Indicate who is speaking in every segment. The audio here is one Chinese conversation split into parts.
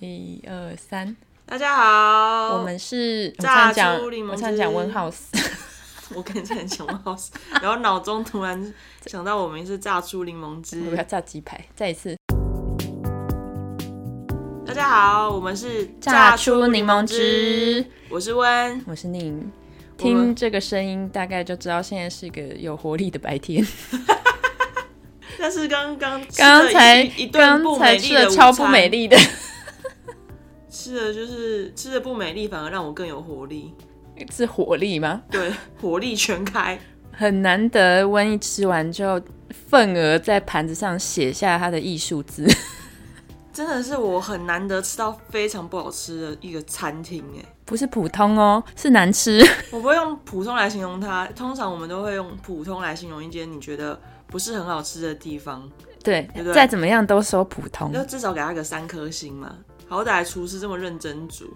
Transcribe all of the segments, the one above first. Speaker 1: 一二三，
Speaker 2: 大家好，
Speaker 1: 我们是我想
Speaker 2: 榨出
Speaker 1: 讲，
Speaker 2: 哦柠檬
Speaker 1: 我想
Speaker 2: 汁
Speaker 1: 讲温浩斯，
Speaker 2: 我跟你在讲温浩斯， 然后脑中突然想到我们是榨出柠檬汁
Speaker 1: 我。要炸鸡排，再一次
Speaker 2: 大家好，我们是
Speaker 1: 炸出柠檬汁，。
Speaker 2: 我是温，
Speaker 1: 我是宁，
Speaker 2: 我们
Speaker 1: 听这个声音大概就知道现在是一个有活力的白天。
Speaker 2: 但是刚刚吃了
Speaker 1: 刚才
Speaker 2: 一一顿
Speaker 1: 刚
Speaker 2: 不
Speaker 1: 才
Speaker 2: 美丽
Speaker 1: 吃
Speaker 2: 的
Speaker 1: 了超不美
Speaker 2: 丽，
Speaker 1: 丽的，
Speaker 2: 吃的就是吃的不美丽，反而让我更有活力，
Speaker 1: 是活力吗？
Speaker 2: 对，活力全开。
Speaker 1: 很难得，温一吃完就份额在盘子上写下他的艺术字。
Speaker 2: 真的是我很难得吃到非常不好吃的一个餐厅哎、
Speaker 1: 不是普通哦，是难吃。
Speaker 2: 我不会用普通来形容它，通常我们都会用普通来形容一间你觉得不是很好吃的地方，
Speaker 1: 对，
Speaker 2: 对不对
Speaker 1: 再怎么样都说普通。
Speaker 2: 就至少给它个三颗星嘛。好歹厨师这么认真煮，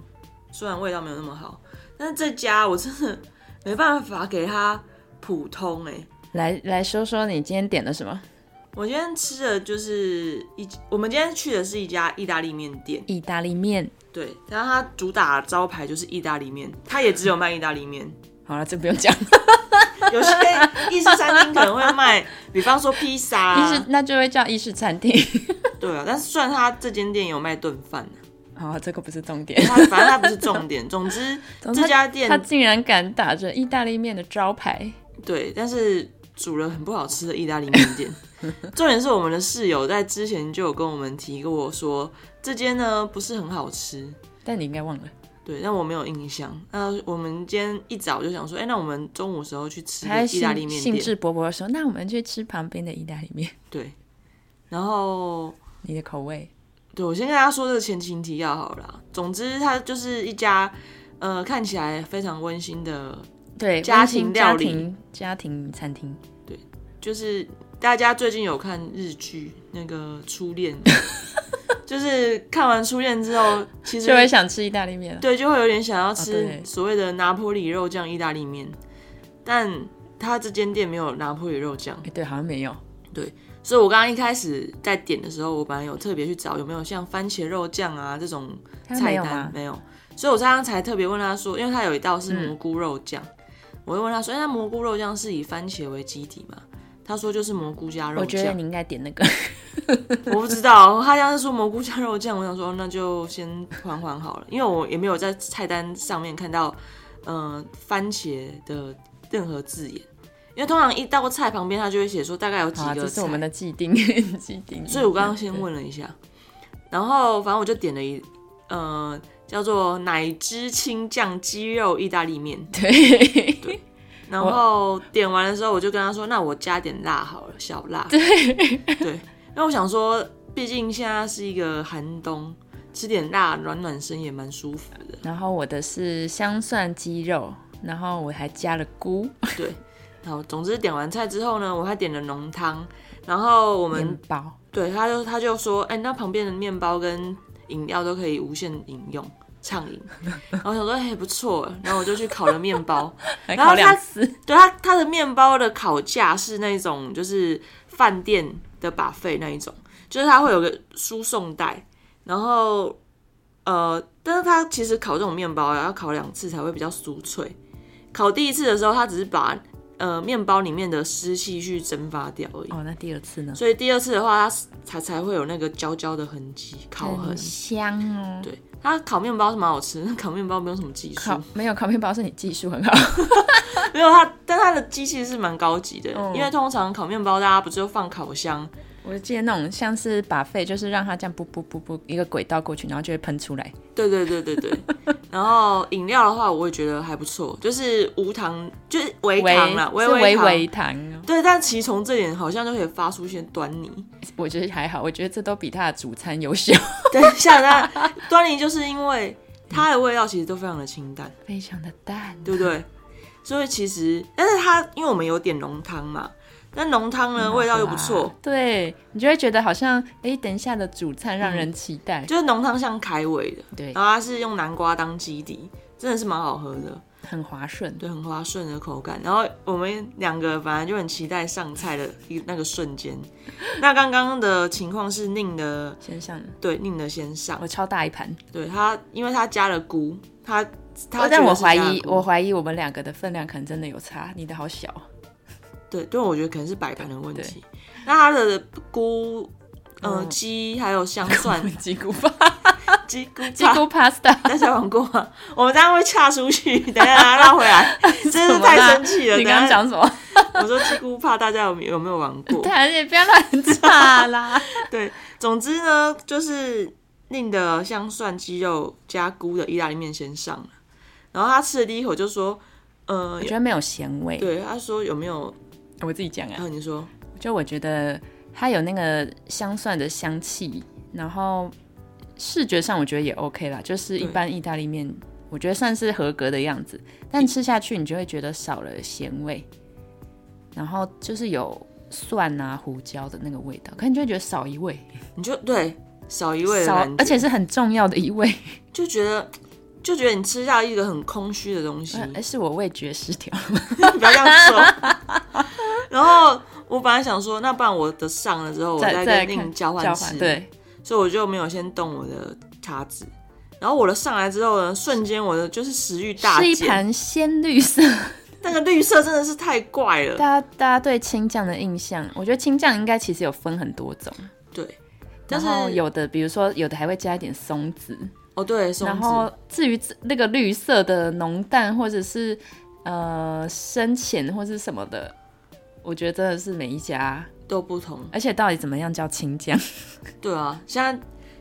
Speaker 2: 虽然味道没有那么好，但是这家我真的没办法给它普通哎、
Speaker 1: 来来说说你今天点了什么？
Speaker 2: 我今天吃的就是一，我们今天去的是一家意大利面店，
Speaker 1: 意大利面。
Speaker 2: 对，然后它主打招牌就是意大利面，它也只有卖意大 利面。
Speaker 1: 好了，这不用讲。
Speaker 2: 有些意式餐厅可能会卖，比方说披萨、
Speaker 1: 意
Speaker 2: 啊，
Speaker 1: 式那就会叫意式餐 厅。
Speaker 2: 对啊，但是虽然它这间店有卖炖饭、啊，
Speaker 1: 好，这个不是重点。
Speaker 2: 它反正它不是重 点。总之，
Speaker 1: 总之
Speaker 2: 这家
Speaker 1: 他
Speaker 2: 店
Speaker 1: 竟然敢打着意大利面的招牌，
Speaker 2: 对，但是煮了很不好吃的意大利面店。重点是我们的室友在之前就有跟我们提过说，这间呢不是很好吃。
Speaker 1: 但你应该忘了，
Speaker 2: 对，但我没有印象。那我们今天一早就想说，哎、那我们中午时候去吃
Speaker 1: 他还
Speaker 2: 个意大利
Speaker 1: 兴
Speaker 2: 面
Speaker 1: 兴
Speaker 2: 店。
Speaker 1: 致勃勃地说：“那我们去吃旁边的意大利面。
Speaker 2: 对，然后”
Speaker 1: 你的口味
Speaker 2: 对，我先跟大家说这个前情提要好了啦。总之，它就是一家呃看起来非常温馨的，
Speaker 1: 对
Speaker 2: 家
Speaker 1: 温馨
Speaker 2: 庭
Speaker 1: 家
Speaker 2: 料理
Speaker 1: 庭家庭餐厅，
Speaker 2: 就是大家最近有看日剧那个《初 恋》，就是看完《初恋》之后，其实
Speaker 1: 就会想吃意大利面了。
Speaker 2: 对就会有点想要
Speaker 1: 哦
Speaker 2: 吃
Speaker 1: 对
Speaker 2: 所谓的拿坡里肉酱意大利面，但它这间店没有拿坡里肉酱，
Speaker 1: 哎，对，好像没有。
Speaker 2: 所以我刚刚一开始在点的时候，我本来有特别去找有没有像番茄肉酱啊这种
Speaker 1: 他没
Speaker 2: 菜
Speaker 1: 有
Speaker 2: 单
Speaker 1: 吗？
Speaker 2: 没有，所以我刚刚才特别问他说，因为他有一道是蘑菇肉酱，我就问他说，哎那蘑菇肉酱是以番茄为基底吗？他说就是蘑菇加肉
Speaker 1: 我觉得
Speaker 2: 酱，
Speaker 1: 你应该点那个。
Speaker 2: 我不知道，他当时说蘑菇加肉酱，我想说那就先缓缓好了，因为我也没有在菜单上面看到，呃，番茄的任何字眼，因为通常一道菜旁边他就会写说大概有几
Speaker 1: 好啊，
Speaker 2: 个
Speaker 1: 这是
Speaker 2: 菜，
Speaker 1: 我们的嗯既定 既定。
Speaker 2: 所以我刚刚先问了一下，然后反正我就点了一呃叫做奶汁青酱鸡肉意大利面，
Speaker 1: 对，对
Speaker 2: 然后点完的时候我就跟他说，那我加点辣好了，小辣。对 对，因为我想说，毕竟现在是一个寒冬，吃点辣暖暖身也蛮舒服的。
Speaker 1: 然后我的是香蒜鸡肉，然后我还加了菇、
Speaker 2: 对，然后总之点完菜之后呢，我还点了浓汤，然后我们
Speaker 1: 面包。
Speaker 2: 对，他就他就说，哎、那旁边的面包跟饮料都可以无限饮用。畅饮， 然后我想说，哎、不错。然后我就去烤了面包，
Speaker 1: 还
Speaker 2: 然后
Speaker 1: 烤两
Speaker 2: 它
Speaker 1: 次，
Speaker 2: 对它它的面包的烤架是那种就是饭店的把费那一种，就是它会有个输送带，然后呃，但是它其实烤这种面包啊要烤两次才会比较酥脆。烤第一次的时候，它只是把呃面包里面的湿气去蒸发掉而已，
Speaker 1: 哦，那第二次呢？
Speaker 2: 所以第二次的话，它才才会有那个焦焦的痕迹，烤痕
Speaker 1: 很。香哦。
Speaker 2: 对，它烤面包是蛮好吃，但烤面包没有什么技术
Speaker 1: 烤，没有烤面包是你技术很好，
Speaker 2: 没有它，但它的机器是蛮高级的，
Speaker 1: 嗯
Speaker 2: 因为通常烤面包大家不是就放烤箱，
Speaker 1: 我记得那种像是把肺，就是让它这样不不不不一个轨道过去，然后就会喷出来。
Speaker 2: 对对对对对。 然后饮料的话，我也觉得还不错，就是无糖，就是微糖啦，微
Speaker 1: 是微
Speaker 2: 糖。
Speaker 1: 微糖哦，
Speaker 2: 对，但其实从这点好像就可以发出一些端倪。
Speaker 1: 我觉得还好，我觉得这都比它的主餐优秀，
Speaker 2: 等一下，那端倪就是因为它的味道其实都非常的清 淡，
Speaker 1: 非常的淡。
Speaker 2: 对不对？所以其实，但是它因为我们有点浓汤嘛，那浓汤呢味道又不错
Speaker 1: 哇，，对你就会觉得好像哎，等一下的主餐让人期
Speaker 2: 嗯
Speaker 1: 待。
Speaker 2: 就是浓汤像开胃的，
Speaker 1: 对
Speaker 2: 然后它是用南瓜当基底，真的是蛮好喝的。
Speaker 1: 很滑顺。
Speaker 2: 对，很滑顺的口感。然后我们两个反正就很期待上菜的一那个瞬间。那刚刚的情况是宁的，
Speaker 1: 先上，
Speaker 2: 对，宁的先上
Speaker 1: 我，超大一盘。
Speaker 2: 对他，因为他加了菇，他他、
Speaker 1: 哦但我怀疑，我怀疑我们两个的分量可能真的有差，你的好小。
Speaker 2: 对，对，我觉得可能是摆盘的问题。那它的菇、呃
Speaker 1: 嗯
Speaker 2: 鸡还有香蒜、
Speaker 1: 鸡骨饭，
Speaker 2: 鸡菇
Speaker 1: 鸡骨 pasta，
Speaker 2: 大家玩过吗？ 我们这样会岔出去，等一下把它拉 回来，真是太生气了。
Speaker 1: 你刚刚
Speaker 2: 等
Speaker 1: 讲什么？
Speaker 2: 一下我说鸡菇怕大家有有没有玩过？
Speaker 1: 当然也不要乱炸啦。
Speaker 2: 对，总之呢，就是令的香蒜鸡肉加菇的意大利面先上了，然后他吃的第一口就说，呃
Speaker 1: 我，觉得没有咸味。
Speaker 2: 对，他说有没有？
Speaker 1: 我自己讲啊
Speaker 2: 然，后你说，
Speaker 1: 就我觉得它有那个香蒜的香气，然后视觉上我觉得也 OK 啦，就是一
Speaker 2: 对
Speaker 1: 般意大利面，我觉得算是合格的样子。但吃下去你就会觉得少了咸味，然后就是有蒜啊、胡椒的那个味道，可能就会觉得少一味，
Speaker 2: 你就对少一味的
Speaker 1: 少
Speaker 2: 感，觉，
Speaker 1: 而且是很重要的一味。
Speaker 2: 就觉得就觉得你吃下一个很空虚的东西，
Speaker 1: 哎、是我味觉失调，
Speaker 2: 不要这样说。 然后我本来想说，那不然我的上了之后，我
Speaker 1: 再再
Speaker 2: 跟
Speaker 1: 看
Speaker 2: 令交换
Speaker 1: 交
Speaker 2: 吃，
Speaker 1: 换，对，
Speaker 2: 所以我就没有先动我的叉子。然后我的上来之后呢，瞬间我的就是食欲大
Speaker 1: 是一
Speaker 2: 减，
Speaker 1: 盘鲜绿 色。
Speaker 2: 那个绿色真的是太怪了。
Speaker 1: 大家大家对青酱的印象，我觉得青酱应该其实有分很多种。
Speaker 2: 对，
Speaker 1: 然
Speaker 2: 但是
Speaker 1: 后有的，比如说有的还会加一点松子，
Speaker 2: 哦，对，松
Speaker 1: 然
Speaker 2: 子
Speaker 1: 后至于这那个绿色的浓淡或者是呃深浅或是什么的，我觉得真的是每一家，
Speaker 2: 都不同。
Speaker 1: 而且到底怎么样叫青 酱？
Speaker 2: 对啊，现在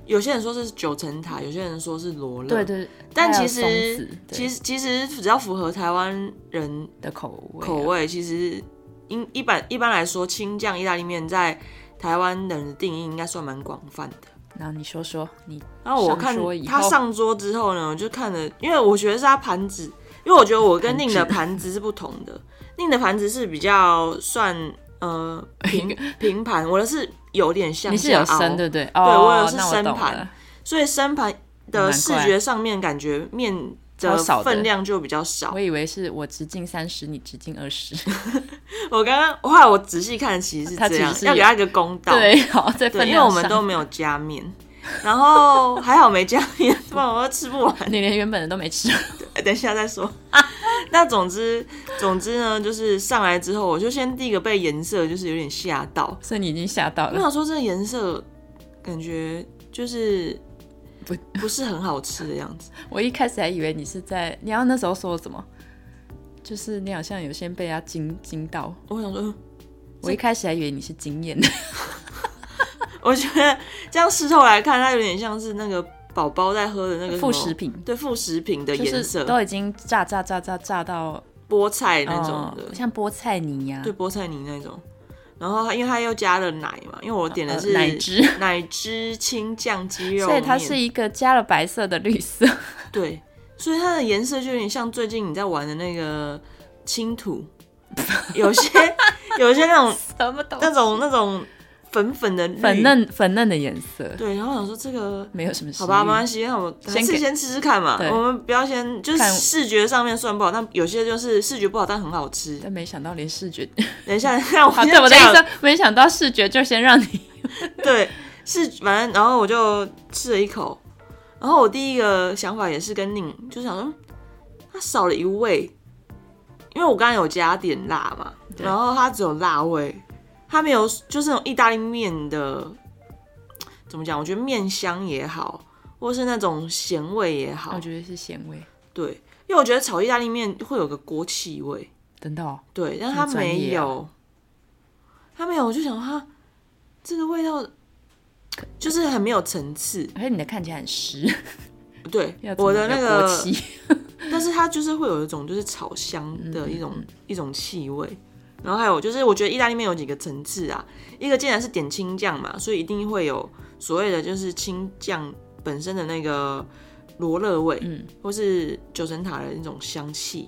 Speaker 2: 有些人说是九层塔，有些人说是罗勒，
Speaker 1: 对。对，
Speaker 2: 但
Speaker 1: 还
Speaker 2: 其
Speaker 1: 嗯有松
Speaker 2: 实
Speaker 1: 子对
Speaker 2: 其实其实只要符合台湾人
Speaker 1: 的口味啊、
Speaker 2: 口味，其实应一般一般来说，青酱意大利面在台湾人的定义应该算蛮广泛的。
Speaker 1: 然后你说说你
Speaker 2: 然后我看
Speaker 1: 上桌以后
Speaker 2: 他上桌之后呢，我就看了，因为我觉得是他盘子，因为我觉得我跟宁的盘子是不同的， 宁的盘子是比较算呃 平平盘，我的是有点像
Speaker 1: 你是有
Speaker 2: 下凹
Speaker 1: 生对不对？哦，
Speaker 2: 我有是
Speaker 1: 那我
Speaker 2: 生
Speaker 1: 懂
Speaker 2: 盘
Speaker 1: 了，
Speaker 2: 所以生盘的视觉上面感觉面
Speaker 1: 超
Speaker 2: 的
Speaker 1: 少的
Speaker 2: 分量就比较少
Speaker 1: 我。以为是我直径三十，你直径二十，
Speaker 2: 我刚刚后来我仔细看，其实是
Speaker 1: 他
Speaker 2: 这
Speaker 1: 其实
Speaker 2: 样，
Speaker 1: 是
Speaker 2: 要给他一个公道。
Speaker 1: 对，好，在
Speaker 2: 对，
Speaker 1: 分
Speaker 2: 因为我们
Speaker 1: 量上
Speaker 2: 都没有加面，然后还好没加面，不然我都吃不完。
Speaker 1: 你连原本的都没吃，
Speaker 2: 呃等一下再说。 那总之，总之呢，就是上来之后，我就先第一个被颜色就是有点吓到，
Speaker 1: 所以你已经吓到
Speaker 2: 我
Speaker 1: 了。
Speaker 2: 想说这个颜色感觉就是
Speaker 1: 不
Speaker 2: 不是很好吃的样子。
Speaker 1: 我一开始还以为你是在，你要那时候说什么？就是你好像有先被他惊惊到，
Speaker 2: 我想说，嗯
Speaker 1: 我一开始还以为你是惊艳的，
Speaker 2: 我觉得这样事后来看，它有点像是那个宝宝在喝的那个什么
Speaker 1: 副食，品，
Speaker 2: 对副食品 的
Speaker 1: 就
Speaker 2: 颜
Speaker 1: 是
Speaker 2: 色，
Speaker 1: 都已经炸炸炸炸炸到
Speaker 2: 菠菜那种
Speaker 1: 哦
Speaker 2: 的，
Speaker 1: 像菠菜泥呀、
Speaker 2: 对菠菜泥那种。然后它因为它又加了奶嘛，因为我点的
Speaker 1: 呃
Speaker 2: 是
Speaker 1: 奶汁，
Speaker 2: 奶汁青酱鸡 肉
Speaker 1: 所
Speaker 2: 面，
Speaker 1: 以它是一个加了白色的绿 色，
Speaker 2: 对，所以它的颜色就有点像最近你在玩的那个 青土，有些有些那种
Speaker 1: 什么东西
Speaker 2: 那种那种粉粉的绿
Speaker 1: 粉。嫩粉嫩的颜色，
Speaker 2: 对，然后我想说这个
Speaker 1: 没有什么食
Speaker 2: 好吧，
Speaker 1: 欲
Speaker 2: 没关系，那我们
Speaker 1: 嗯
Speaker 2: 还
Speaker 1: 先
Speaker 2: 是
Speaker 1: 给
Speaker 2: 先吃吃看嘛。
Speaker 1: 对
Speaker 2: 我们不要先就是
Speaker 1: 看
Speaker 2: 视觉上面算不好，但有些就是视觉不好但很好吃。
Speaker 1: 但没想到连视 觉，
Speaker 2: 等一下，让我
Speaker 1: 好，
Speaker 2: 先
Speaker 1: 啊对我的意
Speaker 2: 讲
Speaker 1: 思，没想到视觉就先让你
Speaker 2: 对，是反正然后我就吃了一口，然后我第一个想法也是跟宁，就想说嗯它少了一味，因为我刚刚有加点辣嘛，
Speaker 1: 对
Speaker 2: 然后它只有辣味，它没有就是那种意大利面的怎么讲？我觉得面香也好，或是那种咸味也好
Speaker 1: 我，觉得是咸味，
Speaker 2: 对，因为我觉得炒意大利面会有个锅气味，
Speaker 1: 真的哦、
Speaker 2: 对，但
Speaker 1: 么
Speaker 2: 它
Speaker 1: 专
Speaker 2: 没
Speaker 1: 业啊
Speaker 2: 有，它没有，我就想它这个味道就是很没有层次。
Speaker 1: 而且你的看起来很湿，
Speaker 2: 对
Speaker 1: 要，怎
Speaker 2: 我
Speaker 1: 么
Speaker 2: 的那
Speaker 1: 有锅
Speaker 2: 个，
Speaker 1: 气
Speaker 2: 但是它就是会有一种就是炒香
Speaker 1: 嗯
Speaker 2: 的一种、一种气味。然后还有就是，我觉得意大利面有几个层次啊，一个既然是点青酱嘛，所以一定会有所谓的就是青酱本身的那个罗勒味，
Speaker 1: 嗯
Speaker 2: 或是九层塔的那种香气、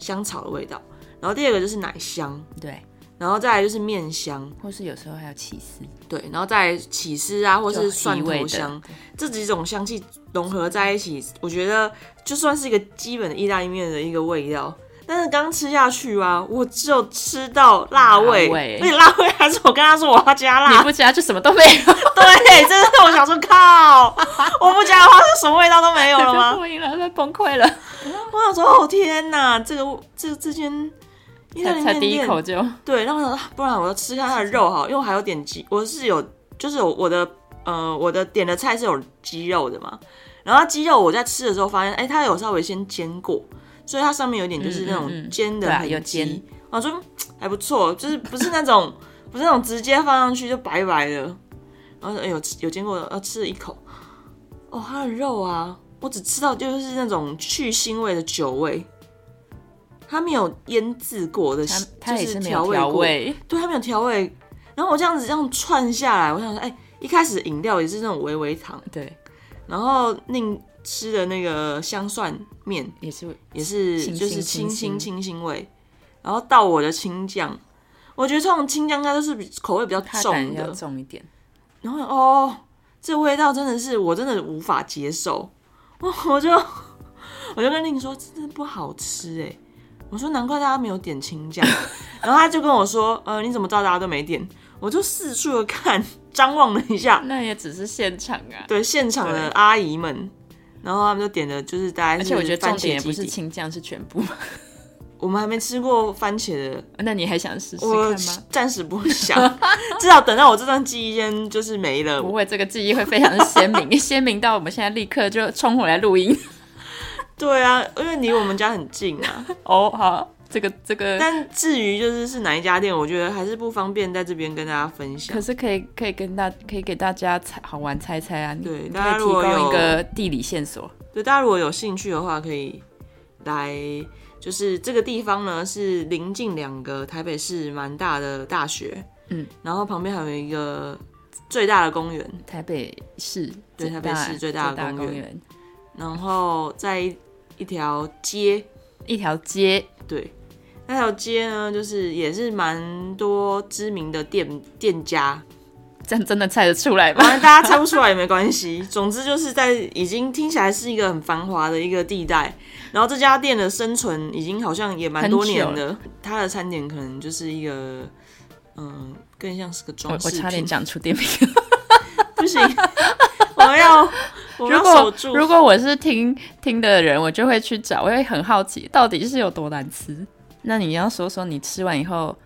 Speaker 2: 香草的味道。然后第二个就是奶香，
Speaker 1: 对，
Speaker 2: 然后再来就是面香，
Speaker 1: 或是有时候还有起司，
Speaker 2: 对，然后再来起司啊，或
Speaker 1: 就是
Speaker 2: 蒜
Speaker 1: 提味
Speaker 2: 头
Speaker 1: 的
Speaker 2: 香，这几种香气融合在一起，我觉得就算是一个基本的意大利面的一个味道。但是刚吃下去啊，我只有吃到辣味，
Speaker 1: 辣味
Speaker 2: 而且辣味还是我跟他说我要加
Speaker 1: 你
Speaker 2: 辣，
Speaker 1: 不加就什么都没有
Speaker 2: 对，真的我想说靠，我不加的话是什么味道都没有了吗
Speaker 1: 就？不赢了，他崩溃了，
Speaker 2: 我想说哦天哪，这个这这间意大
Speaker 1: 才
Speaker 2: 利
Speaker 1: 才
Speaker 2: 面
Speaker 1: 第一
Speaker 2: 店
Speaker 1: 口就
Speaker 2: 对，然后我想说，啊不然我要吃一下它的肉好，因为我还有点鸡，我是有，就是有我的呃我的点的菜是有鸡肉的嘛，然后它鸡肉我在吃的时候发现，哎、它有稍微先煎过，所以它上面有点就是
Speaker 1: 嗯
Speaker 2: 那
Speaker 1: 嗯
Speaker 2: 种
Speaker 1: 嗯
Speaker 2: 煎的
Speaker 1: 对啊
Speaker 2: 痕迹、
Speaker 1: 有煎
Speaker 2: 我说嗯还不错，就是不是那种不是那种直接放上去就白白的，然后哎、有有煎过的，要吃了一口，哦，它的肉啊，我只吃到就是那种去腥味的酒味。它没有腌制过的，
Speaker 1: 他他也
Speaker 2: 就是
Speaker 1: 没有
Speaker 2: 味
Speaker 1: 调
Speaker 2: 过
Speaker 1: 味，
Speaker 2: 对，它没有调味。然后我这样子这样串下来，我想说，哎、一开始饮料也是那种微微糖，
Speaker 1: 对，
Speaker 2: 然后宁吃的那个香蒜面
Speaker 1: 也是
Speaker 2: 也是
Speaker 1: 清
Speaker 2: 就
Speaker 1: 新清
Speaker 2: 是清新
Speaker 1: 新
Speaker 2: 清新味，然后到我的青酱，我觉得这种青酱应该都是比口味比较
Speaker 1: 他胆
Speaker 2: 重
Speaker 1: 要
Speaker 2: 的，
Speaker 1: 重一点，
Speaker 2: 然后哦，这味道真的是我真的无法接受，我我就我就跟令说，真的不好吃哎、我说难怪大家没有点青酱， 然后他就跟我说，呃，你怎么知道大家都没点？我就四处的看，张望了一下，
Speaker 1: 那也只是现场啊。
Speaker 2: 对现场的阿姨们，然后他们就点的就是大概
Speaker 1: 而
Speaker 2: 是
Speaker 1: 且我觉得
Speaker 2: 番
Speaker 1: 重
Speaker 2: 茄
Speaker 1: 点也不
Speaker 2: 基
Speaker 1: 是
Speaker 2: 底，
Speaker 1: 青酱，是全部。
Speaker 2: 我们还没吃过番茄的，
Speaker 1: 那你还想试试
Speaker 2: 我
Speaker 1: 看吗？
Speaker 2: 暂时不想， 至少等到我这段记忆先就是没了，
Speaker 1: 不会，这个记忆会非常的鲜明， 鲜明到我们现在立刻就冲回来录音。
Speaker 2: 对啊，因为离我们家很近啊。
Speaker 1: 哦，好，这个这个，
Speaker 2: 但至于就是是哪一家店，我觉得还是不方便在这边跟大家分享
Speaker 1: 可。是可以可以跟大可以给大家猜好玩猜猜啊，你
Speaker 2: 对
Speaker 1: 你可
Speaker 2: 大家
Speaker 1: 以提
Speaker 2: 如果
Speaker 1: 供
Speaker 2: 有
Speaker 1: 一个地理线索。
Speaker 2: 对，大家如果有兴趣的话，可以来，就是这个地方呢是临近两个台北市蛮大的大学，
Speaker 1: 嗯，
Speaker 2: 然后旁边还有一个最大的公园，
Speaker 1: 台北市
Speaker 2: 对
Speaker 1: 最
Speaker 2: 台北市最大
Speaker 1: 最
Speaker 2: 的
Speaker 1: 大
Speaker 2: 公园
Speaker 1: 公园，
Speaker 2: 然后在一一条街，
Speaker 1: 一条街，
Speaker 2: 对，那条街呢就是也是蛮多知名的店店家，
Speaker 1: 这样真的猜得出来 吗？
Speaker 2: 反正大家猜不出来也没关系。总之就是在已经听起来是一个很繁华的一个地带，然后这家店的生存已经好像也蛮多年
Speaker 1: 很久
Speaker 2: 的。它的餐点可能就是一个，嗯，更像是个
Speaker 1: 我
Speaker 2: 装饰
Speaker 1: 我
Speaker 2: 品。
Speaker 1: 差点讲出店名。
Speaker 2: 不行， 我们要 我
Speaker 1: 如
Speaker 2: 们要守
Speaker 1: 果
Speaker 2: 住。
Speaker 1: 如果我是听听的人，我就会去找，我会很好奇到底是有多难吃。那你要说说你吃完以后，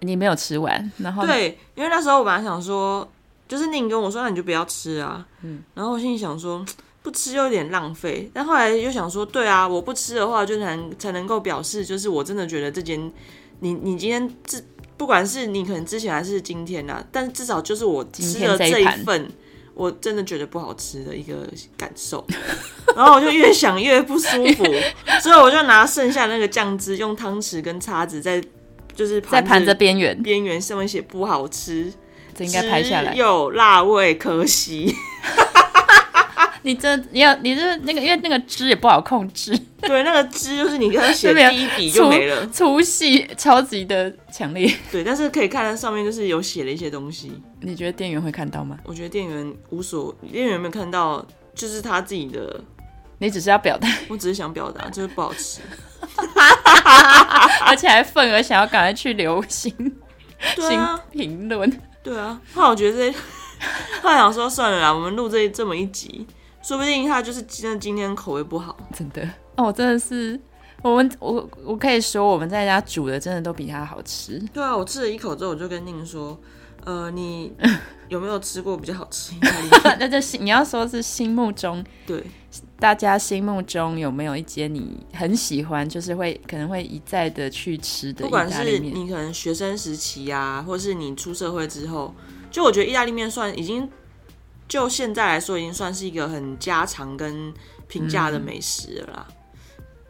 Speaker 1: 你没有吃完，然后
Speaker 2: 对，因为那时候我本来想说，就是宁跟我说，那你就不要吃啊。嗯，然后我心里想说，不吃又有点浪费，但后来又想说，对啊，我不吃的话，就能才能够表示，就是我真的觉得这间，你你今天至不管是你可能之前还是今天啊，但至少就是我
Speaker 1: 今
Speaker 2: 吃
Speaker 1: 天
Speaker 2: 了
Speaker 1: 这一
Speaker 2: 一
Speaker 1: 盘
Speaker 2: 份。我真的觉得不好吃的一个感受， 然后我就越想越不舒 服，所以我就拿剩下那个酱汁，用汤匙跟叉子在就是
Speaker 1: 在盘子边缘，
Speaker 2: 边缘上面写不好吃，
Speaker 1: 这应该拍下来
Speaker 2: 只。有辣味，可惜。
Speaker 1: 你这你要你这那个，因为那个汁也不好控制，
Speaker 2: 对，那个汁就是你刚才写
Speaker 1: 就 没有
Speaker 2: 第一笔就没了。
Speaker 1: 粗细超级的强烈。
Speaker 2: 对，但是可以看到上面就是有写了一些东西。
Speaker 1: 你觉得店员会看到吗？
Speaker 2: 我觉得店员无所，店员有没有看到，就是他自己的。
Speaker 1: 你只是要表达，
Speaker 2: 我只是想表达，就是不好吃。
Speaker 1: 而且还愤而想要赶快去留心
Speaker 2: 对
Speaker 1: 新
Speaker 2: 啊，
Speaker 1: 评论。
Speaker 2: 对啊。后来我觉得这， 后来想说算了啦，我们录这这么一集，说不定他就是真的今天口味不好。
Speaker 1: 真的哦，我真的是我们我我可以说我们在家煮的真的都比它好吃。
Speaker 2: 对啊，我吃了一口之后，我就跟宁说，呃，你有没有吃过比较好吃意大利 面？
Speaker 1: 那就是你要说是心目中
Speaker 2: 对，
Speaker 1: 大家心目中有没有一间你很喜欢，就是会可能会一再的去吃的
Speaker 2: 不
Speaker 1: 意
Speaker 2: 管
Speaker 1: 大利
Speaker 2: 是
Speaker 1: 面？
Speaker 2: 你可能学生时期啊，或是你出社会之后，就我觉得意大利面算已经就现在来说，已经算是一个很家常跟平价的美食了啦。
Speaker 1: 嗯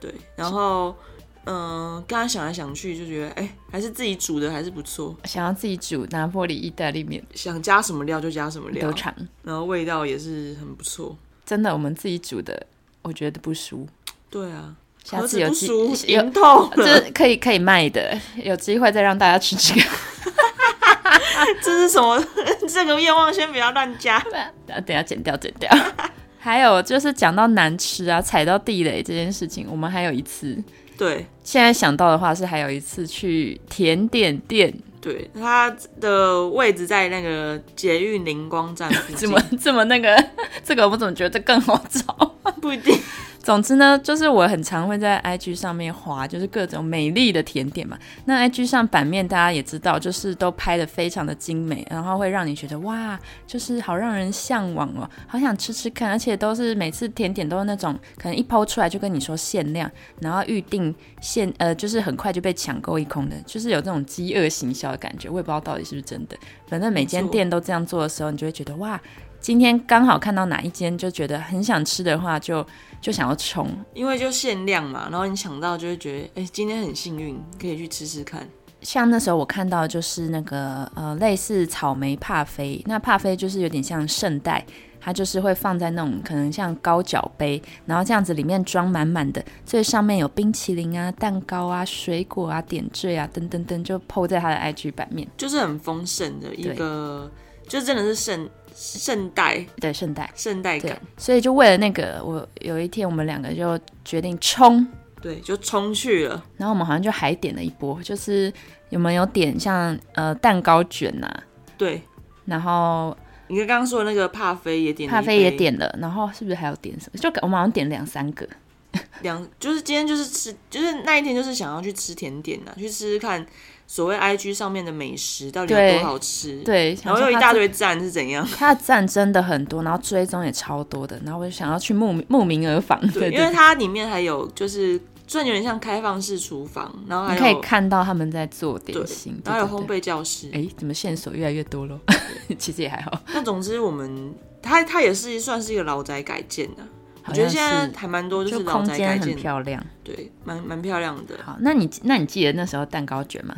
Speaker 2: 对，然后嗯，刚、刚想来想去就觉得，哎、还是自己煮的还是不错，
Speaker 1: 想要自己煮拿破里意大利面
Speaker 2: 想加什么料就加什么料
Speaker 1: 都，尝，
Speaker 2: 然后味道也是很不错。
Speaker 1: 真的我们自己煮的，我觉得不输。
Speaker 2: 对啊，
Speaker 1: 下
Speaker 2: 口
Speaker 1: 次
Speaker 2: 齿
Speaker 1: 有
Speaker 2: 不
Speaker 1: 机
Speaker 2: 熟，
Speaker 1: 有
Speaker 2: 赢 痛了，
Speaker 1: 这可以可以卖的，有机会再让大家吃这个。
Speaker 2: 这是什么？ 这个愿望先不要乱 加。
Speaker 1: 等一下剪掉剪掉。还有就是讲到难吃啊，踩到地雷这件事情，我们还有一次，
Speaker 2: 对
Speaker 1: 现在想到的话是还有一次去甜点店，
Speaker 2: 对，它的位置在那个捷运灵光站 附
Speaker 1: 怎
Speaker 2: 近
Speaker 1: 么，这么那个， 这个我怎么觉得更好找？
Speaker 2: 不一定。
Speaker 1: 总之呢，就是我很常会在 IG 上面滑，就是各种美丽的甜点嘛。那 IG 上版面大家也知道，就是都拍的非常的精美，然后会让你觉得哇，就是好让人向往哦，好想吃吃看。而且都是每次甜点都是那种可能一抛出来就跟你说限量，然后预定限呃，就是很快就被抢购一空的，就是有这种饥饿行销的感觉。我也不知道到底是不是真的，反正每间
Speaker 2: 没错
Speaker 1: 店都这样做的时候，你就会觉得哇。今天刚好看到哪一间，就觉得很想吃的话就就想要冲，
Speaker 2: 因为就限量嘛，然后你抢到就会觉得，哎、今天很幸运，可以去吃吃看。
Speaker 1: 像那时候我看到的就是那个呃类似草莓帕菲，那帕菲就是有点像圣代，它就是会放在那种可能像高脚杯，然后这样子里面装满满的，最上面有冰淇淋啊、蛋糕啊、水果啊、点缀啊等等等，就 PO 在它的 IG 版面。
Speaker 2: 就是很丰盛的一个，就真的是圣圣代
Speaker 1: 对，圣代。
Speaker 2: 圣代
Speaker 1: 对
Speaker 2: 感，，
Speaker 1: 所以就为了那个，我有一天我们两个就决定冲，
Speaker 2: 对，就冲去了，
Speaker 1: 然后我们好像就还点了一波，就是有没有点像呃蛋糕卷呐、
Speaker 2: 对。
Speaker 1: 然后
Speaker 2: 你刚刚说的那个帕菲也点了一
Speaker 1: 咖
Speaker 2: 杯，
Speaker 1: 啡也点了，然后是不是还有点什么？就感我们好像点两三个，
Speaker 2: 嗯两，就是今天就是吃，就是那一天就是想要去吃甜点啊，去吃吃看所谓 IG 上面的美食到底有
Speaker 1: 对
Speaker 2: 多好吃，，
Speaker 1: 对，
Speaker 2: 然后
Speaker 1: 想说
Speaker 2: 又一
Speaker 1: 它
Speaker 2: 大
Speaker 1: 这，
Speaker 2: 堆赞是怎样？
Speaker 1: 他的赞真的很多，然后追踪也超多的，然后我就想要去慕名慕名而访，对
Speaker 2: 对，因为
Speaker 1: 对，
Speaker 2: 它里面还有就是，虽然有点像开放式厨房，然后还
Speaker 1: 你
Speaker 2: 有
Speaker 1: 可以看到他们在做点
Speaker 2: 对
Speaker 1: 心，，
Speaker 2: 然后有
Speaker 1: 对
Speaker 2: 烘。焙教室，
Speaker 1: 哎，诶怎么线索越来越多喽？ 其实也还好，
Speaker 2: 那总之，我们它它也是算是一个老宅改建的、我
Speaker 1: 好
Speaker 2: 觉得
Speaker 1: 像
Speaker 2: 现在
Speaker 1: 是
Speaker 2: 还蛮多是
Speaker 1: 就
Speaker 2: 老
Speaker 1: 空
Speaker 2: 宅改
Speaker 1: 间很
Speaker 2: 建，
Speaker 1: 漂亮。
Speaker 2: 对，蛮蛮漂亮的。
Speaker 1: 好，那你那你记得那时候蛋糕卷吗？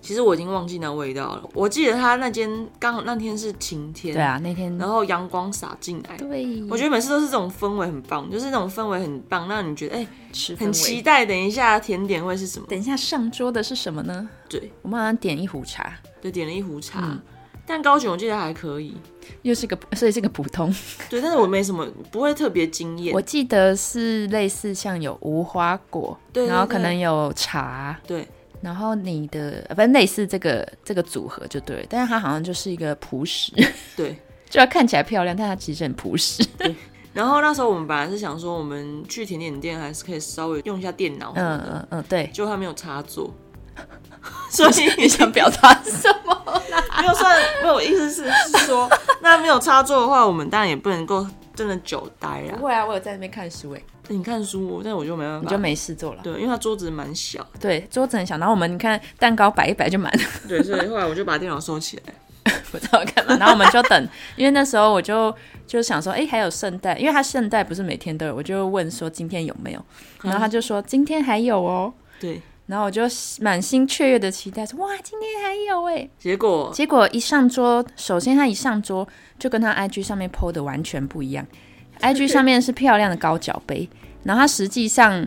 Speaker 2: 其实我已经忘记那味道了，我记得它那间刚好那天是晴天，
Speaker 1: 对，啊，那天
Speaker 2: 然后阳光洒进来。
Speaker 1: 对，
Speaker 2: 我觉得每次都是这种氛围很棒，就是那种氛围很棒，让你觉得哎、
Speaker 1: 得吃
Speaker 2: 很
Speaker 1: 氛围
Speaker 2: 期待。等一下甜点会是什么？
Speaker 1: 等一下上桌的是什么呢？
Speaker 2: 对，
Speaker 1: 我们好像点一壶茶，
Speaker 2: 就点了一壶茶，
Speaker 1: 嗯
Speaker 2: 蛋糕卷我记得还可以，
Speaker 1: 又是个所以是个普通。
Speaker 2: 对，但是我没什么不会特别惊艳
Speaker 1: 我，记得是类似像有无花果，
Speaker 2: 对对
Speaker 1: 然后
Speaker 2: 对
Speaker 1: 可能有茶，
Speaker 2: 对，
Speaker 1: 然后你的呃反正类似这个这个组合就对了，但是它好像就是一个朴实，
Speaker 2: 对。
Speaker 1: 就要看起来漂亮，但它其实很朴实。
Speaker 2: 然后那时候我们本来是想说，我们去甜点店还是可以稍微用一下电脑，
Speaker 1: 嗯
Speaker 2: 嗯，
Speaker 1: 嗯嗯，对。
Speaker 2: 就他没有插座， 所以
Speaker 1: 你想表达什么？
Speaker 2: 没有算没有，我意思是是说，那没有插座的话，我们当然也不能够真的久待啊。
Speaker 1: 会啊，我有在那边看书诶，
Speaker 2: 你看书，但我就没办法，
Speaker 1: 你就没事做了。
Speaker 2: 对，因为它桌子蛮小，
Speaker 1: 对，桌子很小，然后我们你看蛋糕摆一摆就满了，
Speaker 2: 对，所以后来我就把电脑收起来。
Speaker 1: 不知道干 嘛。然后我们就等，因为那时候我就就想说，哎、还有圣诞，因为它圣诞不是每天都有，我就问说今天有没有，然后他就说今天还有哦。
Speaker 2: 对，
Speaker 1: 然后我就满心雀跃的期待说：“哇，今天还有哎！”
Speaker 2: 结果
Speaker 1: 结果一上桌，首先他一上桌就跟他 IG 上面 PO 的完全不一样。IG 上面是漂亮的高脚杯，然后它实际上，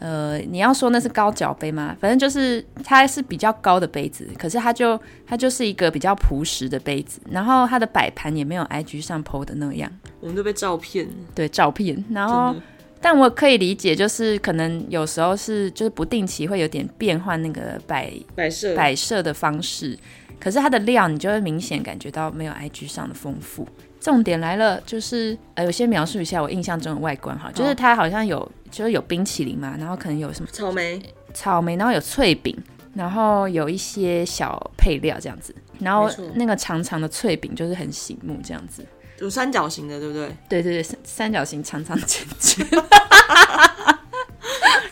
Speaker 1: 呃，你要说那是高脚杯吗？反正就是它是比较高的杯子，可是它就它就是一个比较朴实的杯子，然后它的摆盘也没有 IG 上 PO 的那样，
Speaker 2: 我们都被照骗了，
Speaker 1: 对，照片，然
Speaker 2: 真
Speaker 1: 后。
Speaker 2: 的
Speaker 1: 但我可以理解，就是可能有时候是就是不定期会有点变换那个摆
Speaker 2: 摆设
Speaker 1: 摆设的方式，可是它的料你就会明显感觉到没有 IG 上的丰富。重点来了，就是呃，我先描述一下我印象中的外观哈，就是它好像有就是有冰淇淋嘛，然后可能有什么
Speaker 2: 草莓，
Speaker 1: 草莓，然后有脆饼，然后有一些小配料这样子，然后
Speaker 2: 没错
Speaker 1: 那个长长的脆饼就是很醒目这样子。
Speaker 2: 有三角形的，对不对？
Speaker 1: 对对对，三三角形长 长尖尖，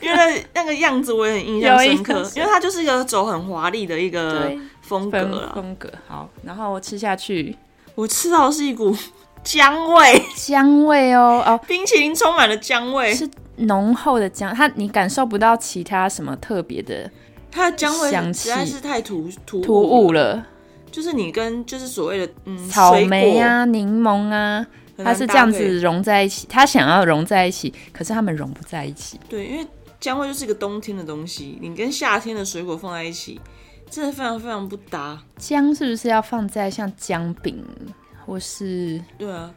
Speaker 2: 因为那那个样子我也很印象
Speaker 1: 有印象
Speaker 2: 深
Speaker 1: 深
Speaker 2: 刻，
Speaker 1: 刻
Speaker 2: 因为它就是一个走很华丽的一个
Speaker 1: 对
Speaker 2: 风格啊
Speaker 1: 风
Speaker 2: 啦。
Speaker 1: 风格好，然后吃下去
Speaker 2: 我吃到的是一股姜味，
Speaker 1: 姜味哦哦，
Speaker 2: 冰淇淋充满了姜味，
Speaker 1: 是浓厚的姜，它你感受不到其他什么特别的
Speaker 2: 它的姜味
Speaker 1: 香气
Speaker 2: 实在是太突突
Speaker 1: 突兀
Speaker 2: 了，
Speaker 1: 了，
Speaker 2: 就是你跟就是所谓的嗯
Speaker 1: 草莓、啊、柠檬啊，
Speaker 2: 水果很难
Speaker 1: 它是这样
Speaker 2: 搭配
Speaker 1: 子融在一起，它想要融在一起，可是它们融不在一起，
Speaker 2: 对，因为姜味就是一个冬天的东西，你跟夏天的水果放在一起，真的非常非常不搭。
Speaker 1: 姜是不是要放在像姜饼，或是
Speaker 2: 对啊，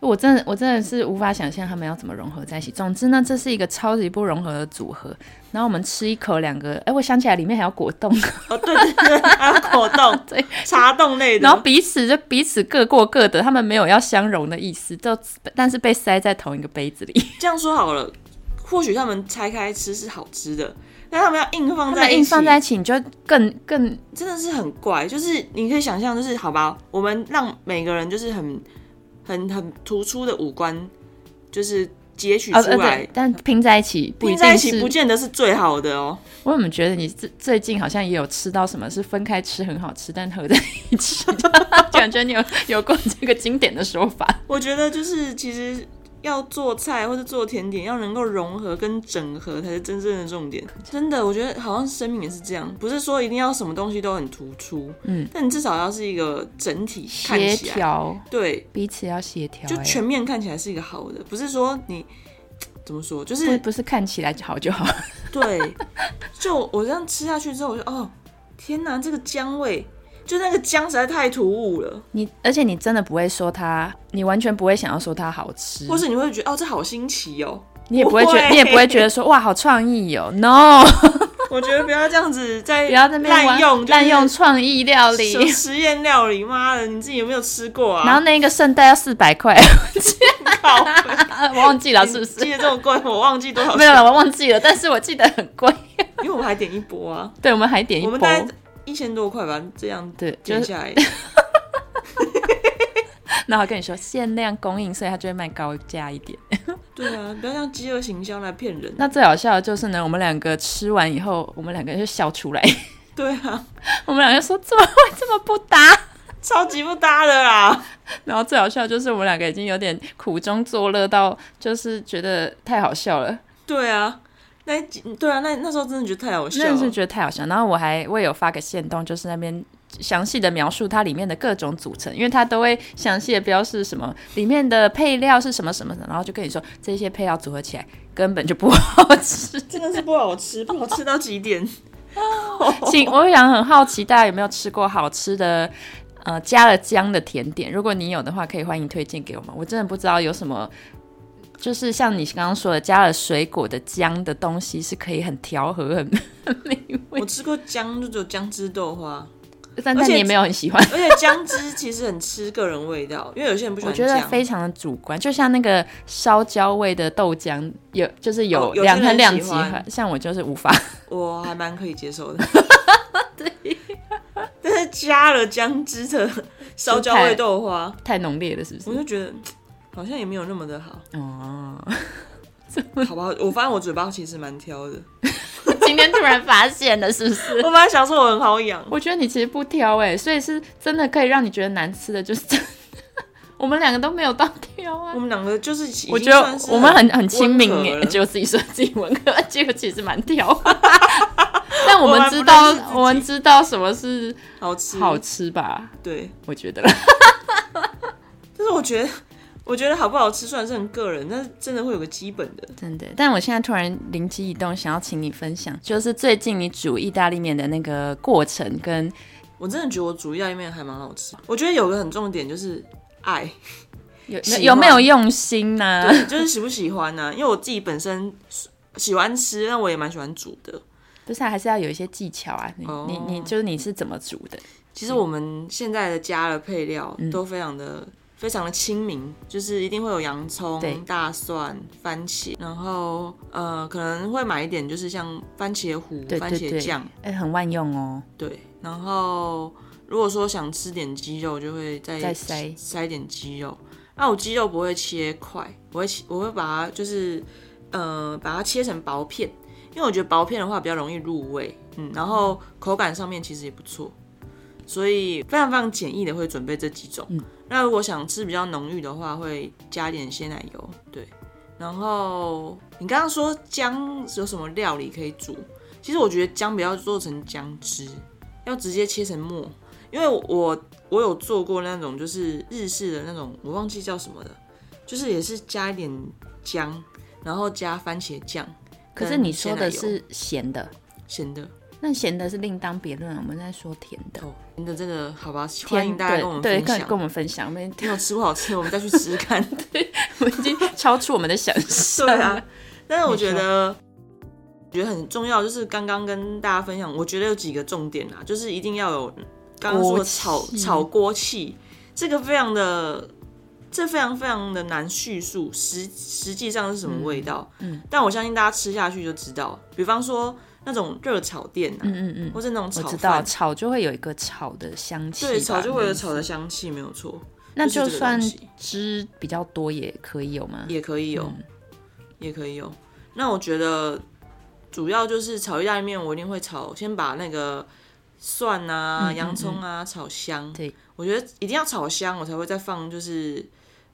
Speaker 1: 我真的我真的是无法想象他们要怎么融合在一起。总之呢，这是一个超级不融合的组合。然后我们吃一口两个，哎、我想起来里面还有果 冻，
Speaker 2: 哦对对对，还有果冻、
Speaker 1: 对，
Speaker 2: 茶冻类的，
Speaker 1: 然后彼此就彼此各过各的，他们没有要相融的意思，就但是被塞在同一个杯子里，
Speaker 2: 这样说好了，或许他们拆开吃是好吃的，但他们要硬
Speaker 1: 他
Speaker 2: 放在
Speaker 1: 们
Speaker 2: 一起，
Speaker 1: 硬放在一起，你就更更
Speaker 2: 真的是很怪。就是你可以想象，就是好吧，我们让每个人就是很很很突出的五官，就是截取
Speaker 1: 呃
Speaker 2: 出
Speaker 1: 呃
Speaker 2: 来
Speaker 1: 对，，但拼在一起不一
Speaker 2: 拼在
Speaker 1: 定
Speaker 2: 一起
Speaker 1: 是
Speaker 2: 不。见得是最好的哦。
Speaker 1: 我怎么觉得你最最近好像也有吃到什么是分开吃很好吃，但合在一起， 感觉你有有过这个经典的说法。
Speaker 2: 我觉得就是其实要做菜或者做甜点，要能够融合跟整合才是真正的重点。真的，我觉得好像生命也是这样，不是说一定要什么东西都很突出，
Speaker 1: 嗯，
Speaker 2: 但你至少要是一个整体 看
Speaker 1: 协
Speaker 2: 起来，
Speaker 1: 调，
Speaker 2: 对，
Speaker 1: 彼此要协调、
Speaker 2: 就
Speaker 1: 哎
Speaker 2: 全面看起来是一个好的，不是说你怎么说，就
Speaker 1: 不
Speaker 2: 是
Speaker 1: 不是看起来好就 好。
Speaker 2: 对，就我这样吃下去之后，我就哦，天哪，这个姜味，就那个姜实在太突兀了，
Speaker 1: 你而且你真的不会说它，你完全不会想要说它好吃，
Speaker 2: 或是你会觉得哦，这好新奇哦。
Speaker 1: 你也不会觉
Speaker 2: 不会
Speaker 1: 你也不会觉得说哇好创意哦。No，
Speaker 2: 我觉得不要这样子再
Speaker 1: 不要在那边
Speaker 2: 滥
Speaker 1: 玩
Speaker 2: 用
Speaker 1: 滥用
Speaker 2: 就是
Speaker 1: 创意料
Speaker 2: 什么
Speaker 1: 理。
Speaker 2: 实验料理，妈的，你自己有没有吃过啊？
Speaker 1: 然后那个圣代要四百块，
Speaker 2: 靠，
Speaker 1: 我忘记了是不
Speaker 2: 呃记
Speaker 1: 是？
Speaker 2: 得这么贵，我忘记多少
Speaker 1: 没有了，我忘记了，但是我记得很贵。
Speaker 2: 因为我们还点一波啊，
Speaker 1: 对，我们还点一
Speaker 2: 我
Speaker 1: 波
Speaker 2: 们，大概一千多块吧，这样
Speaker 1: 对，就
Speaker 2: 点
Speaker 1: 是
Speaker 2: 下 来。
Speaker 1: 然后跟你说限量供应，所以它就会卖高价一点。
Speaker 2: 对啊，不要像饥饿行销来骗人。
Speaker 1: 那最好笑的就是呢，我们两个吃完以后，我们两个就笑出来，
Speaker 2: 对啊，
Speaker 1: 我们两个说怎么会这么不搭？
Speaker 2: 超级不搭的啦。
Speaker 1: 然后最好笑的就是我们两个已经有点苦中作乐到，就是觉得太好笑了，
Speaker 2: 对啊，那一集对啊，那那时候真的觉得太好笑
Speaker 1: 真的是
Speaker 2: 了。
Speaker 1: 觉得太好笑。然后我还我也有发个线动，就是那边详细的描述它里面的各种组成，因为它都会详细的标示什么里面的配料是什么什么的，然后就跟你说这些配料组合起来根本就不好吃。
Speaker 2: 真的是不好吃，不好吃到极点。
Speaker 1: 请，我想很好奇大家有没有吃过好吃的？呃，加了姜的甜点，如果你有的话，可以欢迎推荐给我们。我真的不知道有什么，就是像你刚刚说的，加了水果的姜的东西是可以很调和、很很美味
Speaker 2: 我，吃过姜，就只有姜汁豆花，
Speaker 1: 但
Speaker 2: 而
Speaker 1: 但
Speaker 2: 且
Speaker 1: 你也没有很喜欢。
Speaker 2: 而且姜汁其实很吃个人味道，因为有些人不喜
Speaker 1: 我
Speaker 2: 欢
Speaker 1: 觉
Speaker 2: 姜。
Speaker 1: 得非常的主观，就像那个烧焦味的豆浆，有就是有、
Speaker 2: 哦有些
Speaker 1: 两
Speaker 2: 人
Speaker 1: 很两
Speaker 2: 喜
Speaker 1: 极
Speaker 2: 欢
Speaker 1: 化，像我就是无法。
Speaker 2: 我还蛮可以接受的。对，但是加了姜汁的烧焦味豆花，
Speaker 1: 太浓烈了，是不是
Speaker 2: 我？就觉得嗯好像也没有那么的好，
Speaker 1: 哦，嗯
Speaker 2: 好吧？我发现我嘴巴其实蛮挑的，
Speaker 1: 今天突然发现了，是不是？
Speaker 2: 我本来想说我很好养，
Speaker 1: 我觉得你其实不挑哎、所以是真的可以让你觉得难吃的，就是真的 我们两个都没有到挑啊
Speaker 2: 我。们两个就是已经
Speaker 1: 我觉得
Speaker 2: 算是
Speaker 1: 我们很很亲民
Speaker 2: 温和
Speaker 1: 哎、
Speaker 2: 了
Speaker 1: 结果自己说自己文科， 结果其实蛮 挑。 但我
Speaker 2: 我还
Speaker 1: 们
Speaker 2: 不
Speaker 1: 知道
Speaker 2: 认识自，己
Speaker 1: 我们知道什么是
Speaker 2: 好吃
Speaker 1: 好吃吧？
Speaker 2: 对，
Speaker 1: 我觉得啦，
Speaker 2: 但是我觉得。我觉得好不好吃虽然是很个人，但是真的会有个基本的。
Speaker 1: 真的。但我现在突然灵机一动，想要请你分享，就是最近你煮意大利面的那个过程跟
Speaker 2: 我真的觉得我煮意大利面还蛮好吃。我觉得有个很重点就是爱，
Speaker 1: 有
Speaker 2: 喜欢
Speaker 1: 有没有用心呢、
Speaker 2: 对，就是喜不喜欢呢、因为我自己本身喜欢吃，但我也蛮喜欢煮的。
Speaker 1: 不是、啊，还是要有一些技巧啊。你、你你就是你是怎么煮的？
Speaker 2: 其实我们现在的加的配料
Speaker 1: 嗯
Speaker 2: 都非常的、非常的亲民，就是一定会有洋葱
Speaker 1: 对、
Speaker 2: 大蒜、番茄，然后呃可能会买一点就是像番茄糊、
Speaker 1: 对
Speaker 2: 番
Speaker 1: 对对
Speaker 2: 茄酱，
Speaker 1: 哎、很万用哦。
Speaker 2: 对。然后如果说想吃点鸡肉，就会再
Speaker 1: 再塞
Speaker 2: 塞点鸡肉。那我鸡肉不会切块，我会切我会把它就是呃把它切成薄片，因为我觉得薄片的话比较容易入味，嗯，然后口感上面其实也不错，所以非常非常简易的会准备这几
Speaker 1: 嗯
Speaker 2: 种。那如果想吃比较浓郁的话，会加一点鲜奶油，对。然后你刚刚说姜有什么料理可以煮？其实我觉得姜不要做成姜汁，要直接切成末，因为我我有做过那种就是日式的那种，我忘记叫什么了，就是也是加一点姜，然后加番茄酱，
Speaker 1: 可是
Speaker 2: 跟
Speaker 1: 你说
Speaker 2: 鲜
Speaker 1: 的
Speaker 2: 奶油
Speaker 1: 是咸的，
Speaker 2: 咸的
Speaker 1: 那咸的是另当别论，我们在说甜的。
Speaker 2: 哦，咸的真的好吧，欢
Speaker 1: 甜
Speaker 2: 迎大家
Speaker 1: 对
Speaker 2: 跟我们
Speaker 1: 对，
Speaker 2: 分
Speaker 1: 跟跟我
Speaker 2: 享。
Speaker 1: 们分享，我们
Speaker 2: 没有吃不好吃，我们再去吃吃看。
Speaker 1: 我们已经超出我们的想象。
Speaker 2: 对 啊，但是我
Speaker 1: 没
Speaker 2: 觉
Speaker 1: 错
Speaker 2: 得，我觉得很重要，就是刚刚跟大家分享，我觉得有几个重点啊，就是一定要有刚刚说
Speaker 1: 锅
Speaker 2: 的炒
Speaker 1: 气
Speaker 2: 炒锅气，这个非常的，这非常非常的难叙述，实实际上是什么味道
Speaker 1: 嗯嗯
Speaker 2: 但我相信大家吃下去就知道。比方说那种热炒店啊，
Speaker 1: 嗯嗯嗯，
Speaker 2: 或是那种
Speaker 1: 我
Speaker 2: 炒
Speaker 1: 知道
Speaker 2: 饭，
Speaker 1: 炒就会有一个炒的香气吧，
Speaker 2: 对，炒就会有炒
Speaker 1: 那
Speaker 2: 的
Speaker 1: 种，
Speaker 2: 香气，没有错，
Speaker 1: 那
Speaker 2: 就
Speaker 1: 就
Speaker 2: 是这个
Speaker 1: 算
Speaker 2: 东西
Speaker 1: 汁比较多也可以有吗？
Speaker 2: 也可以有。
Speaker 1: 嗯
Speaker 2: 也可以有。那我觉得主要就是炒意大利面，我一定会炒，先把那个蒜啊、
Speaker 1: 嗯嗯
Speaker 2: 洋葱啊炒香。
Speaker 1: 对，
Speaker 2: 我觉得一定要炒香，我才会再放就是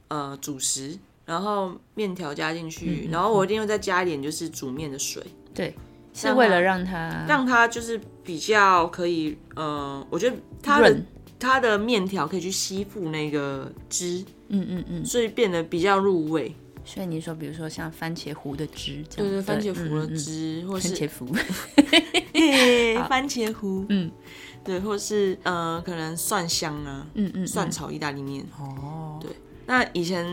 Speaker 2: 呃主食，然后面条加进去，
Speaker 1: 嗯嗯
Speaker 2: 然后我一定会再加一点就是煮面的水，
Speaker 1: 是为了让它
Speaker 2: 让它就是比较可以，呃，我觉得它的
Speaker 1: 润，
Speaker 2: 它的面条可以去吸附那个汁，
Speaker 1: 嗯嗯嗯。
Speaker 2: 所以变得比较入味。
Speaker 1: 所以你说，比如说像番茄糊的汁这
Speaker 2: 对
Speaker 1: 样，
Speaker 2: 对，番茄糊的
Speaker 1: 嗯嗯嗯
Speaker 2: 汁，或
Speaker 1: 番
Speaker 2: 是
Speaker 1: 茄糊，
Speaker 2: 嘿番茄糊，
Speaker 1: 嗯，
Speaker 2: 对，或是呃，可能蒜香啊，
Speaker 1: 嗯嗯，
Speaker 2: 蒜
Speaker 1: 嗯
Speaker 2: 炒意大利面。
Speaker 1: 哦，
Speaker 2: 对那以前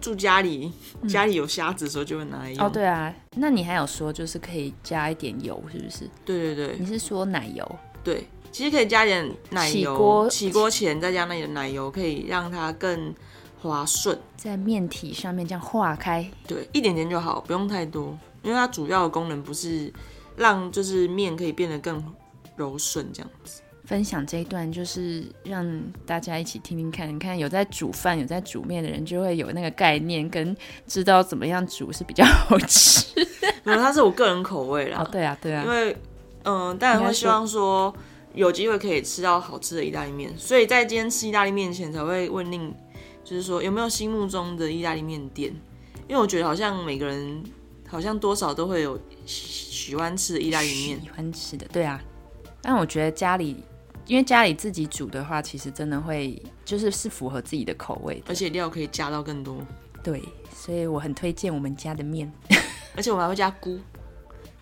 Speaker 2: 住家里，家里有虾子的时候就会拿来用。
Speaker 1: 哦，对啊，那你还有说就是可以加一点油，是不是？
Speaker 2: 对对对
Speaker 1: 你是说奶油？
Speaker 2: 对其实可以加一点奶
Speaker 1: 起
Speaker 2: 油，
Speaker 1: 锅
Speaker 2: 起锅前再加那点奶油，可以让它更滑顺。
Speaker 1: 在面体上面这样化开，
Speaker 2: 对，一点点就好，不用太多，因为它主要的功能不是让就是面可以变得更柔顺这样子。
Speaker 1: 分享这一段，就是让大家一起听听看。你看，有在煮饭、有在煮面的人，就会有那个概念，跟知道怎么样煮是比较好吃。
Speaker 2: 没有，它是我个人口味啦。
Speaker 1: 哦， 对啊，对
Speaker 2: 因
Speaker 1: 啊，
Speaker 2: 为嗯、呃当然会希望说有机会可以吃到好吃的意大利面，所以在今天吃意大利面前才会问令，就是说有没有心目中的意大利面店？因为我觉得好像每个人好像多少都会有喜喜欢吃的意大利面，
Speaker 1: 喜欢吃的，对啊。但我觉得家里，因为家里自己煮的话，其实真的会就是是符合自己的口味的，
Speaker 2: 而且料可以加到更多，
Speaker 1: 对。所以我很推荐我们家的面，
Speaker 2: 而且我们还会加菇，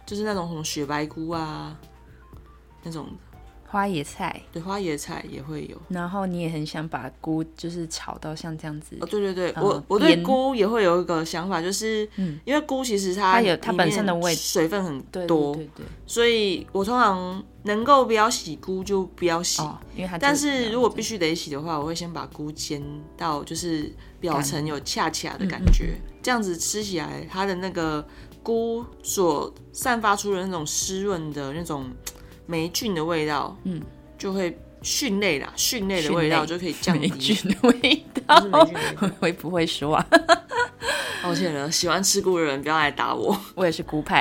Speaker 2: 就是那种什么雪白菇啊，那种
Speaker 1: 花椰菜。
Speaker 2: 对花椰菜也会有。
Speaker 1: 然后你也很想把菇就是炒到像这样子
Speaker 2: 哦，，对对对，
Speaker 1: 呃
Speaker 2: 我我对
Speaker 1: 盐
Speaker 2: 菇也会有一个想法，就是、
Speaker 1: 嗯
Speaker 2: 因为菇其实它
Speaker 1: 它有它
Speaker 2: 里
Speaker 1: 本
Speaker 2: 面
Speaker 1: 身的味
Speaker 2: 水分很
Speaker 1: 对
Speaker 2: 多，
Speaker 1: 对对
Speaker 2: 所以我通常能够不要洗菇就不要洗。
Speaker 1: 对，哦，因为它
Speaker 2: 但
Speaker 1: 就是这
Speaker 2: 如果
Speaker 1: 样
Speaker 2: 必
Speaker 1: 子
Speaker 2: 须得洗的话，我会先把菇煎到就是表层有恰恰的
Speaker 1: 嗯
Speaker 2: 感
Speaker 1: 嗯
Speaker 2: 觉，这样子吃起来它的那个菇所散发出的那种湿润的那种霉菌的味道，
Speaker 1: 嗯，
Speaker 2: 就会菌类啦，菌类的
Speaker 1: 菌
Speaker 2: 味道
Speaker 1: 类
Speaker 2: 就可以降低
Speaker 1: 霉菌的味
Speaker 2: 不 是霉
Speaker 1: 道
Speaker 2: 菌的味道，
Speaker 1: 会不会说啊？
Speaker 2: 抱歉了，喜欢吃菇的人不要来打 我。
Speaker 1: 我也是菇派，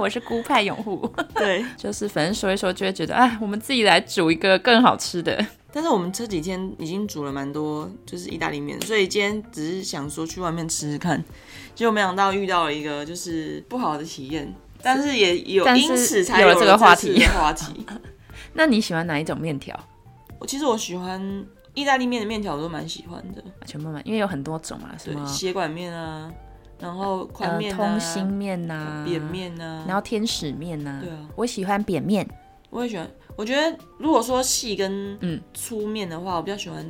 Speaker 1: 我是菇派拥护。
Speaker 2: 对，
Speaker 1: 就是反正说一说，就会觉得，哎，我们自己来煮一个更好吃的。
Speaker 2: 但是我们这几天已经煮了蛮多，就是意大利面，所以今天只是想说去外面吃吃看，结果没想到遇到了一个就是不好的体验，但是也有
Speaker 1: 但是
Speaker 2: 因此才
Speaker 1: 有了
Speaker 2: 了
Speaker 1: 这个话题
Speaker 2: 这次的话题。
Speaker 1: 那你喜欢哪一种面条？
Speaker 2: 我其实我喜欢意大利面的面条，我都蛮喜欢的，
Speaker 1: 全部买，因为有很多种嘛，什
Speaker 2: 对，
Speaker 1: 么
Speaker 2: 血管面啊，然后宽
Speaker 1: 呃
Speaker 2: 面啊，
Speaker 1: 通心嗯面呐、
Speaker 2: 扁，面啊，
Speaker 1: 然后天使面呐、
Speaker 2: 对啊
Speaker 1: 我喜欢扁面，
Speaker 2: 我也喜欢。我觉得如果说细跟
Speaker 1: 嗯
Speaker 2: 粗面的话，我比较喜欢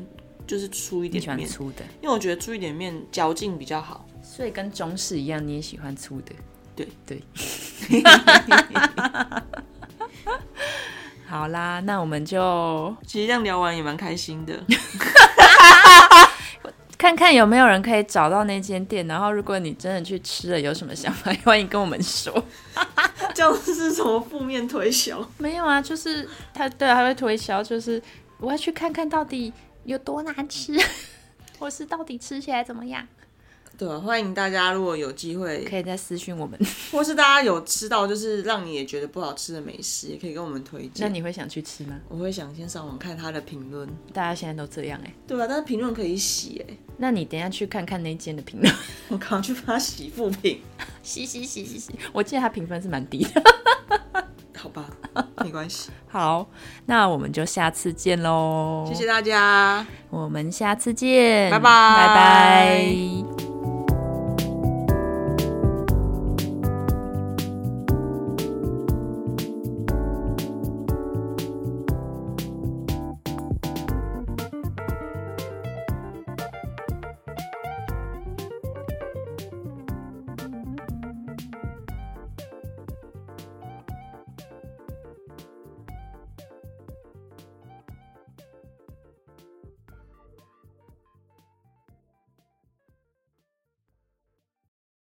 Speaker 2: 就是粗
Speaker 1: 你
Speaker 2: 一点
Speaker 1: 喜欢
Speaker 2: 面，
Speaker 1: 粗的，
Speaker 2: 因为我觉得粗一点面嚼劲比较好。
Speaker 1: 所以跟中式一样，你也喜欢粗的。
Speaker 2: 对
Speaker 1: 对。 好啦，那我们就
Speaker 2: 其实这样聊完也蛮开心的。
Speaker 1: 看看有没有人可以找到那间店，然后如果你真的去吃了，有什么想法， 欢迎跟我们说。
Speaker 2: 这样是什么负面推销？
Speaker 1: 没有啊，就是他对啊，他会推销，就是我要去看看到底有多难吃， 或是到底吃起来怎么样，
Speaker 2: 对啊，欢迎大家如果有机会，
Speaker 1: 可以再私讯我 们。
Speaker 2: 或是大家有吃到就是让你也觉得不好吃的美食，也可以跟我们推
Speaker 1: 那
Speaker 2: 荐。
Speaker 1: 你会想去吃吗？
Speaker 2: 我会想先上网看他的评论，
Speaker 1: 大家现在都这样哎、
Speaker 2: 对啊，但是评论可以洗哎、
Speaker 1: 那你等一下去看看那间的评 论，
Speaker 2: 我刚去帮他洗复评，
Speaker 1: 嘻嘻嘻嘻嘻，我记得他评分是蛮低的。
Speaker 2: 好吧，没关系，
Speaker 1: 好，那我们就下次见喽，
Speaker 2: 谢谢大家。
Speaker 1: 我们下次见，
Speaker 2: 拜拜
Speaker 1: 拜拜。